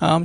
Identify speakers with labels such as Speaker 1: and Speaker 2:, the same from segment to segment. Speaker 1: I'm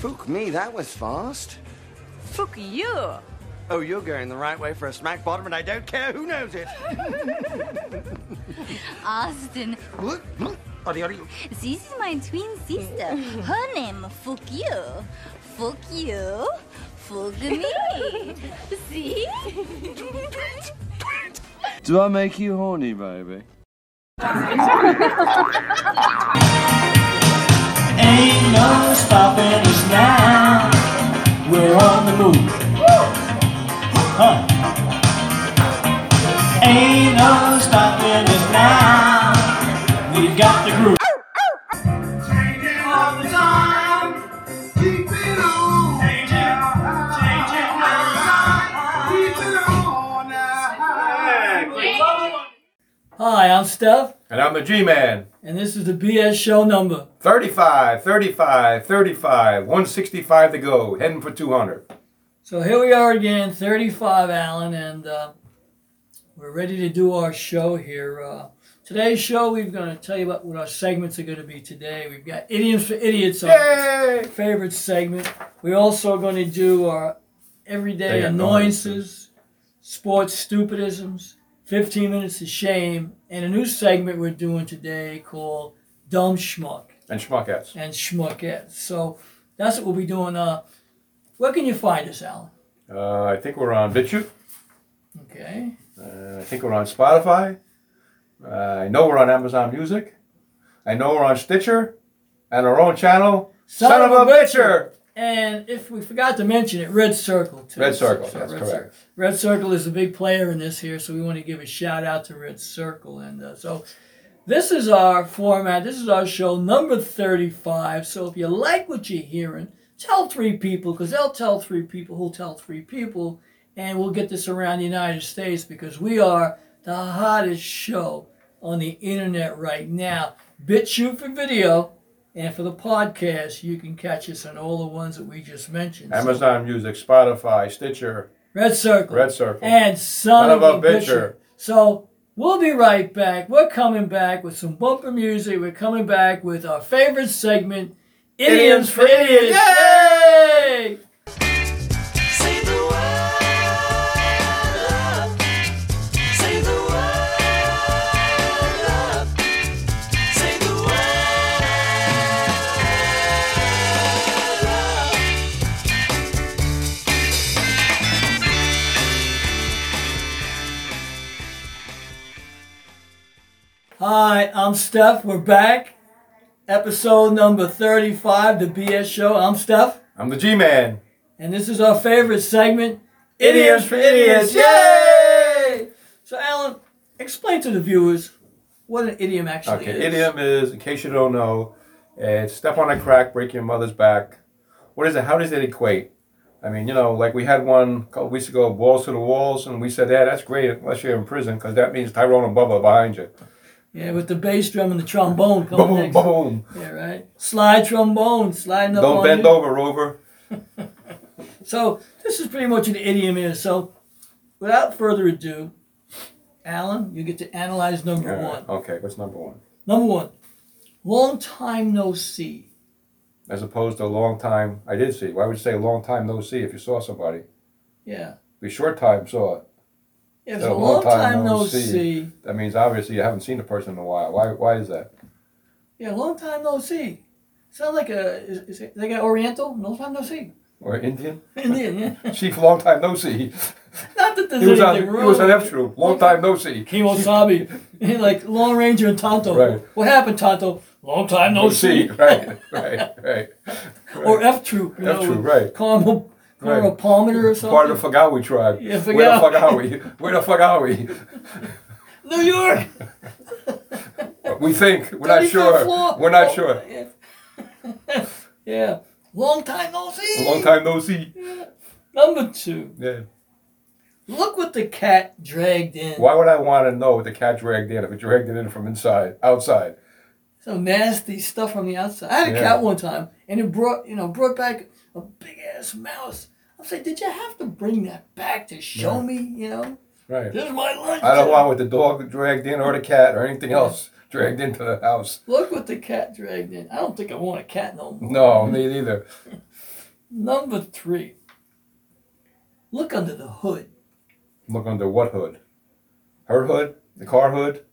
Speaker 2: Fook me, that was fast.
Speaker 3: Fuck you.
Speaker 2: Oh, you're going the right way for a smack bottom, and I don't care who knows it.
Speaker 3: Austin,
Speaker 2: Look, look, oddy, oddy.
Speaker 3: this is my twin sister. Her name, fuck you. Fuck you. Fuck me. See?
Speaker 4: Do I make you horny, baby?
Speaker 5: Ain't no stopping us now. We're on the move. Huh. Ain't no stopping us now. We've got the groove. Changing all the time. Keep it on. Changing, changing all the time. Keep it on now. Hi, I'm Steph,
Speaker 6: And I'm the G Man.
Speaker 5: and this is the BS show number.
Speaker 6: 35, 35, 35, 165 to go, heading for 200.
Speaker 5: So here we are again, 35 Allen, and uh, we're ready to do our show here. Uh, today's show, we're going to tell you about what our segments are going to be today. We've got Idioms for Idiots, our
Speaker 6: Yay!
Speaker 5: favorite segment. We're also going to do our everyday
Speaker 6: They got
Speaker 5: annoyances, sports stupidisms, 15 minutes of shame, and a new segment we're doing today called Dumb Schmuck
Speaker 6: And Schmuckets.
Speaker 5: and Schmuckette. So that's what we'll be doing. Uh, where can you find us, Alan?
Speaker 6: Uh, I think we're on BitChute.
Speaker 5: Okay.
Speaker 6: Uh, I think we're on Spotify. Uh, I know we're on Amazon Music. I know we're on Stitcher. And our own channel, Son, of, a Bitcher!
Speaker 5: And if we forgot to mention it, Red Circle too.
Speaker 6: Red Circle,
Speaker 5: So
Speaker 6: that's
Speaker 5: Red
Speaker 6: correct.
Speaker 5: Cir- Red Circle is a big player in this here, so we want to give a shout out to Red Circle. And uh, so this is our format. This is our show number thirty-five. So if you like what you're hearing, tell three people because they'll tell three people who'll tell three people, and we'll get this around the United States because we are the hottest show on the internet right now. BitChute for video. And for the podcast, you can catch us on all the ones that we just mentioned. So,
Speaker 6: Amazon Music, Spotify, Stitcher,
Speaker 5: Red Circle.
Speaker 6: Red Circle.
Speaker 5: And Son of, a Bitcher. So we'll be right back. We're coming back with some bumper music. We're coming back with our favorite segment, Idioms for Idiots. Yay! Hi, I'm Steph. We're back. Episode number 35, The BS Show. I'm Steph.
Speaker 6: I'm the G Man.
Speaker 5: And this is our favorite segment,
Speaker 6: Idiots for Idiots. Yay!
Speaker 5: So, Alan, explain to the viewers what an idiom actually
Speaker 6: Okay,
Speaker 5: is.
Speaker 6: idiom is, in case you don't know, it's step on a crack, break your mother's back. What is it? How does it equate? I mean, you know, like we had one a couple weeks ago, balls to the walls, and we said, yeah, that's great unless you're in prison, because that means Tyrone and Bubba are behind you.
Speaker 5: Yeah, with the bass drum and the trombone
Speaker 6: Boom,
Speaker 5: coming
Speaker 6: boom,
Speaker 5: next.
Speaker 6: boom, boom.
Speaker 5: Yeah, right. Slide trombone, sliding up
Speaker 6: Don't
Speaker 5: on
Speaker 6: bend
Speaker 5: you.
Speaker 6: over, Rover.
Speaker 5: So this is pretty much an idiom is. So without further ado, Alan, you get to analyze number
Speaker 6: All
Speaker 5: one.
Speaker 6: right, Okay, what's number one?
Speaker 5: Number one, long time no see.
Speaker 6: As opposed to a long time, I did see. Why would you say a long time no see if you saw somebody?
Speaker 5: Yeah.
Speaker 6: We short time saw it.
Speaker 5: If it's
Speaker 6: So
Speaker 5: a long time no see.
Speaker 6: That means obviously you haven't seen the person in a while. Why, why is that?
Speaker 5: Yeah, long time no see. Sound like a is, is it, they got Oriental? Long time no see.
Speaker 6: Or Indian?
Speaker 5: Indian, yeah.
Speaker 6: Chief, long time no see.
Speaker 5: Not that there's
Speaker 6: He was on, he
Speaker 5: anything wrong.
Speaker 6: was on F troop. Long time no see.
Speaker 5: Kimo Sabi, like Lone Ranger and Tonto.
Speaker 6: Right.
Speaker 5: What happened, Tonto? Long time no
Speaker 6: No
Speaker 5: see.
Speaker 6: see. Right, right, right.
Speaker 5: Or F Troop. you
Speaker 6: F
Speaker 5: know,
Speaker 6: troop,
Speaker 5: with
Speaker 6: right.
Speaker 5: Carmel, Carmel
Speaker 6: Right.
Speaker 5: Palmer or
Speaker 6: Part of
Speaker 5: something.
Speaker 6: the Fagawi tribe.
Speaker 5: Yeah,
Speaker 6: Where the
Speaker 5: Fagawi.
Speaker 6: fuck are we? Where the fuck are we?
Speaker 5: New York.
Speaker 6: We think. We're not
Speaker 5: 35th
Speaker 6: sure.
Speaker 5: floor.
Speaker 6: We're not
Speaker 5: Oh,
Speaker 6: sure.
Speaker 5: yeah. yeah. Long time no see.
Speaker 6: A long time no see.
Speaker 5: Number two,
Speaker 6: Yeah.
Speaker 5: look what the cat dragged in.
Speaker 6: Why would I want to know what the cat dragged in if it dragged it in from inside, outside?
Speaker 5: Some nasty stuff from the outside. I had a
Speaker 6: Yeah.
Speaker 5: cat one time, and it brought you know brought back a big ass mouse. I was like, did you have to bring that back to show
Speaker 6: Yeah.
Speaker 5: me? You know,
Speaker 6: Right.
Speaker 5: this is my lunch.
Speaker 6: I don't want what the dog dragged in or the cat or anything else dragged into the house.
Speaker 5: Look what the cat dragged in. I don't think I want a cat no more.
Speaker 6: No, me neither.
Speaker 5: Number three. Look under the hood.
Speaker 6: Look under what hood? Her hood? The car hood?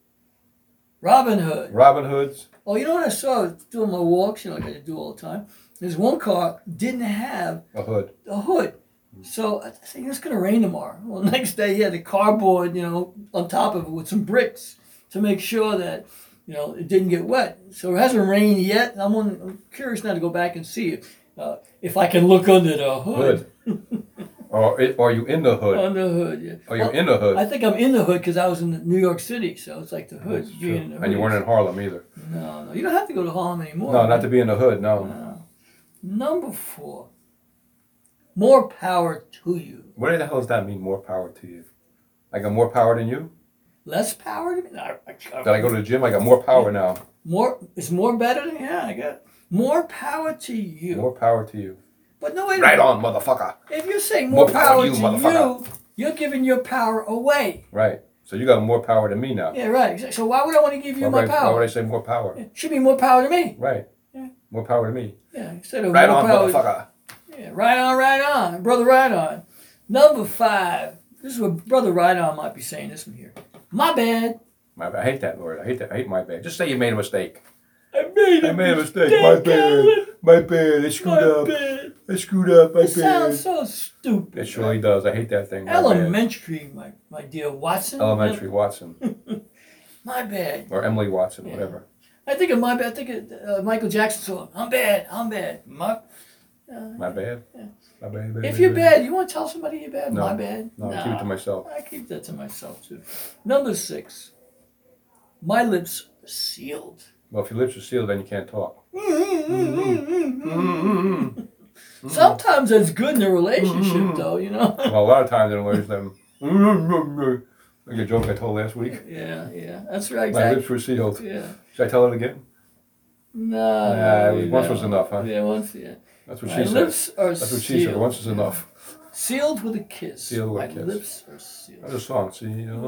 Speaker 5: Robin Hood.
Speaker 6: Robin Hood's?
Speaker 5: Oh, you know what I saw doing my walks, you know, like I do all the time? There's one car didn't have
Speaker 6: A hood.
Speaker 5: a hood. So I think it's going to rain tomorrow. Well, next day he had a cardboard, you know, on top of it with some bricks to make sure that, you know, it didn't get wet. So it hasn't rained yet. I'm, on, I'm curious now to go back and see if, uh, if I can look under the hood.
Speaker 6: Hood. or it, are you in the hood?
Speaker 5: Under the hood, yeah.
Speaker 6: Are you
Speaker 5: Well,
Speaker 6: in the hood?
Speaker 5: I think I'm in the hood because I was in New York City, so it's like the hood.
Speaker 6: That's true.
Speaker 5: being in the
Speaker 6: And you
Speaker 5: hood.
Speaker 6: weren't in Harlem either.
Speaker 5: No, no, you don't have to go to Harlem anymore.
Speaker 6: No, not to be in the hood,
Speaker 5: uh-huh.
Speaker 6: no.
Speaker 5: Number four. More power to you.
Speaker 6: What the hell does that mean, more power to you? I got more power than you?
Speaker 5: Less power to me? No, I- I-
Speaker 6: Did I go to the gym? I got more power now.
Speaker 5: more is more better than yeah, I got more power to you.
Speaker 6: More power to you.
Speaker 5: but no wait a
Speaker 6: Right
Speaker 5: minute.
Speaker 6: on, motherfucker.
Speaker 5: If you're saying more, power, to you,
Speaker 6: motherfucker.
Speaker 5: you, are giving your power away.
Speaker 6: Right. So you got more power than me now.
Speaker 5: Yeah, right. exact- So why would I want to give you
Speaker 6: why,
Speaker 5: my
Speaker 6: would I, why would
Speaker 5: power?
Speaker 6: I say more power?
Speaker 5: Should be more power to me.
Speaker 6: Right.
Speaker 5: Yeah.
Speaker 6: More power to me.
Speaker 5: Yeah, instead of
Speaker 6: Right
Speaker 5: more
Speaker 6: on,
Speaker 5: power.
Speaker 6: motherfucker.
Speaker 5: Yeah, right on, right on, brother, right on. Number five. This is what brother right on might be saying. This one here. My bad.
Speaker 6: My, I hate that word. I hate that. I hate my bad. Just say you made a mistake.
Speaker 5: I made
Speaker 6: I made a mistake. My bad.
Speaker 5: Alan.
Speaker 6: My bad. I screwed
Speaker 5: My
Speaker 6: up.
Speaker 5: bad.
Speaker 6: I screwed up. My
Speaker 5: It sounds
Speaker 6: bad.
Speaker 5: so stupid.
Speaker 6: It surely does. I hate that thing. My bad.
Speaker 5: Elementary, my, my dear Watson.
Speaker 6: Elementary Watson
Speaker 5: My bad.
Speaker 6: or Emily Watson,
Speaker 5: Yeah.
Speaker 6: whatever.
Speaker 5: I think of my bad. I think of uh, Michael Jackson song. I'm bad. I'm bad. My,
Speaker 6: My bad. My bad. bad,
Speaker 5: if
Speaker 6: bad,
Speaker 5: you're
Speaker 6: bad.
Speaker 5: bad, you want to tell somebody you're bad?
Speaker 6: No.
Speaker 5: My bad.
Speaker 6: No, I keep it to myself.
Speaker 5: I keep that to myself too. Number six. My lips are sealed.
Speaker 6: Well, if your lips are sealed, then you can't talk. Mm-hmm.
Speaker 5: Sometimes that's good in a relationship, though. You know.
Speaker 6: Well, a lot of times in always them. Like a joke I told last week.
Speaker 5: yeah, yeah. That's right.
Speaker 6: My
Speaker 5: Exactly.
Speaker 6: lips were sealed.
Speaker 5: Yeah.
Speaker 6: Should I tell it again?
Speaker 5: No.
Speaker 6: Nah, it was-
Speaker 5: no.
Speaker 6: once was enough, huh?
Speaker 5: Yeah, once. Yeah.
Speaker 6: That's what
Speaker 5: My
Speaker 6: she said.
Speaker 5: lips are
Speaker 6: That's
Speaker 5: sealed.
Speaker 6: what she said. Once is enough.
Speaker 5: Sealed with a kiss.
Speaker 6: Sealed with a
Speaker 5: My
Speaker 6: kiss.
Speaker 5: lips are sealed. Mm.
Speaker 6: That's a song. See, you know.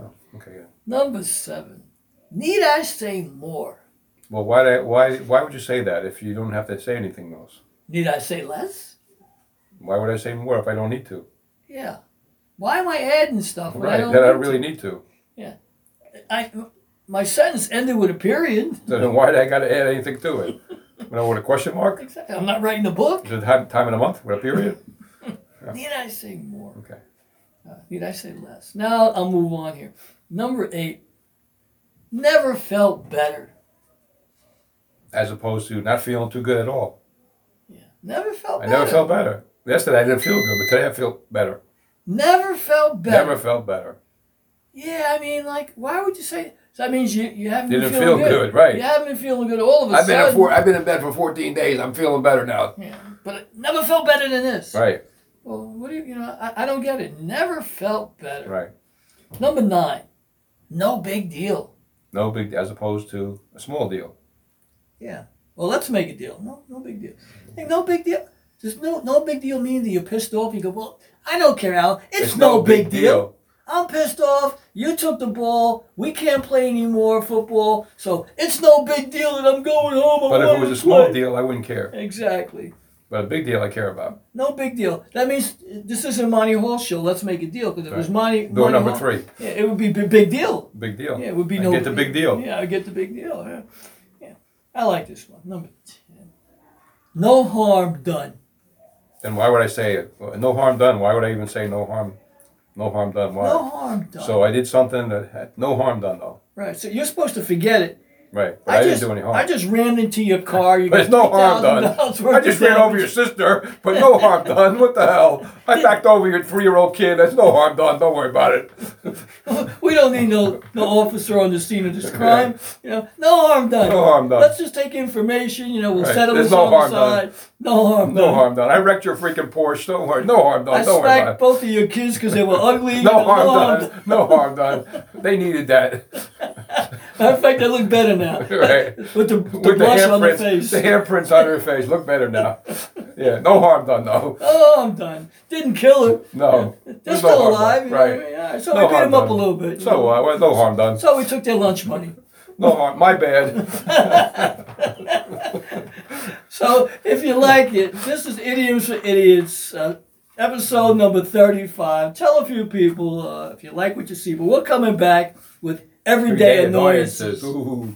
Speaker 6: Oh, okay. yeah.
Speaker 5: Number seven. Need I say more?
Speaker 6: Well, why, did I- why, why would you say that if you don't have to say anything else?
Speaker 5: Need I say less?
Speaker 6: Why would I say more if I don't need to?
Speaker 5: Yeah. Why am I adding stuff? when
Speaker 6: Right.
Speaker 5: don't
Speaker 6: Then I
Speaker 5: need
Speaker 6: really need to.
Speaker 5: to? I, my sentence ended with a period.
Speaker 6: So then why did I got to add anything to it? You know, with a question mark? Is
Speaker 5: Exactly. I'm not writing a book.
Speaker 6: it time, time in a month? With a period?
Speaker 5: Need I say more?
Speaker 6: Okay.
Speaker 5: Uh, need I say less? Now I'll move on here. Number eight. Never felt better.
Speaker 6: As opposed to not feeling too good at all.
Speaker 5: Never felt
Speaker 6: I
Speaker 5: better.
Speaker 6: never felt better. Yesterday I didn't feel good, but today I feel better.
Speaker 5: Never felt better.
Speaker 6: Never felt better.
Speaker 5: Yeah, I mean, like, why would you say? So that means you you haven't
Speaker 6: Didn't
Speaker 5: been feeling
Speaker 6: feel good, right.
Speaker 5: You haven't been feeling good all of a
Speaker 6: I've been,
Speaker 5: sudden.
Speaker 6: at four, I've been in bed for 14 days. I'm feeling better now.
Speaker 5: Yeah, but it never felt better than this.
Speaker 6: Right,
Speaker 5: Well, what do you, you know, I, I don't get it. Never felt better.
Speaker 6: right.
Speaker 5: Number nine, no big deal.
Speaker 6: No big, as opposed to a small deal.
Speaker 5: Yeah. Well, let's make a deal. No, no big deal. Hey, no big deal. Does no no big deal mean that you're pissed off? You go, well, I don't care, Al. It's, no, big, deal. I'm pissed off. You took the ball. We can't play anymore football. So it's no big deal that I'm going home. I
Speaker 6: But if it
Speaker 5: wanna
Speaker 6: was a small
Speaker 5: play.
Speaker 6: deal, I wouldn't care.
Speaker 5: Exactly.
Speaker 6: But a big deal I care about.
Speaker 5: No big deal. That means uh, this isn't Monty Hall show. Let's make a deal because if it was
Speaker 6: Right.
Speaker 5: Monty,
Speaker 6: Door
Speaker 5: Monty
Speaker 6: number
Speaker 5: Hall-
Speaker 6: three.
Speaker 5: yeah, it would be a big deal.
Speaker 6: Big deal.
Speaker 5: Yeah, it would be
Speaker 6: I
Speaker 5: no.
Speaker 6: Get the big deal.
Speaker 5: Yeah, I get the big deal. Yeah, yeah. I like this one. Number ten. No harm done.
Speaker 6: Then why would I say it? Well, No harm done. Why would I even say no harm? No harm done. Why?
Speaker 5: No harm done.
Speaker 6: So I did something that had no harm done though.
Speaker 5: right. So you're supposed to forget it.
Speaker 6: Right. But I,
Speaker 5: I,
Speaker 6: didn't
Speaker 5: just,
Speaker 6: do any harm.
Speaker 5: I just ran into your car. You
Speaker 6: There's
Speaker 5: got
Speaker 6: no harm done.
Speaker 5: $3,000 worth
Speaker 6: I just
Speaker 5: of
Speaker 6: ran over your
Speaker 5: damage.
Speaker 6: sister, but no harm done. What the hell? I backed over your three-year-old kid. There's no harm done. Don't worry about it.
Speaker 5: We don't need no, no officer on the scene of this crime. You know, no harm done.
Speaker 6: No harm done.
Speaker 5: Let's just take information. You know, we'll
Speaker 6: Right.
Speaker 5: settle
Speaker 6: There's
Speaker 5: this
Speaker 6: no
Speaker 5: on the
Speaker 6: harm
Speaker 5: side.
Speaker 6: done.
Speaker 5: No harm
Speaker 6: No
Speaker 5: done.
Speaker 6: harm done. I wrecked your freaking Porsche. Don't worry. No harm done.
Speaker 5: I
Speaker 6: Don't worry
Speaker 5: smacked
Speaker 6: about it.
Speaker 5: both of your kids because they were ugly.
Speaker 6: No harm
Speaker 5: done.
Speaker 6: done. No harm done. They needed that.
Speaker 5: Matter of fact, I look better now
Speaker 6: Right.
Speaker 5: with the, the
Speaker 6: With the
Speaker 5: blush on the
Speaker 6: handprints,
Speaker 5: face.
Speaker 6: the handprints on her face look better now. Yeah, no harm done though.
Speaker 5: Oh, I'm done. Didn't kill her.
Speaker 6: No,
Speaker 5: They're
Speaker 6: There's no
Speaker 5: still
Speaker 6: harm
Speaker 5: alive. you
Speaker 6: done.
Speaker 5: know what I
Speaker 6: Right.
Speaker 5: mean? All right, So
Speaker 6: No
Speaker 5: we beat
Speaker 6: harm
Speaker 5: them up a
Speaker 6: done.
Speaker 5: little bit. you
Speaker 6: So
Speaker 5: know.
Speaker 6: uh, well, no harm done.
Speaker 5: so we took their lunch money.
Speaker 6: No harm. My bad.
Speaker 5: So if you like it, this is Idioms for Idiots, uh, episode number 35. Tell a few people uh, if you like what you see, but we're coming back with everyday, annoyances.
Speaker 6: Ooh.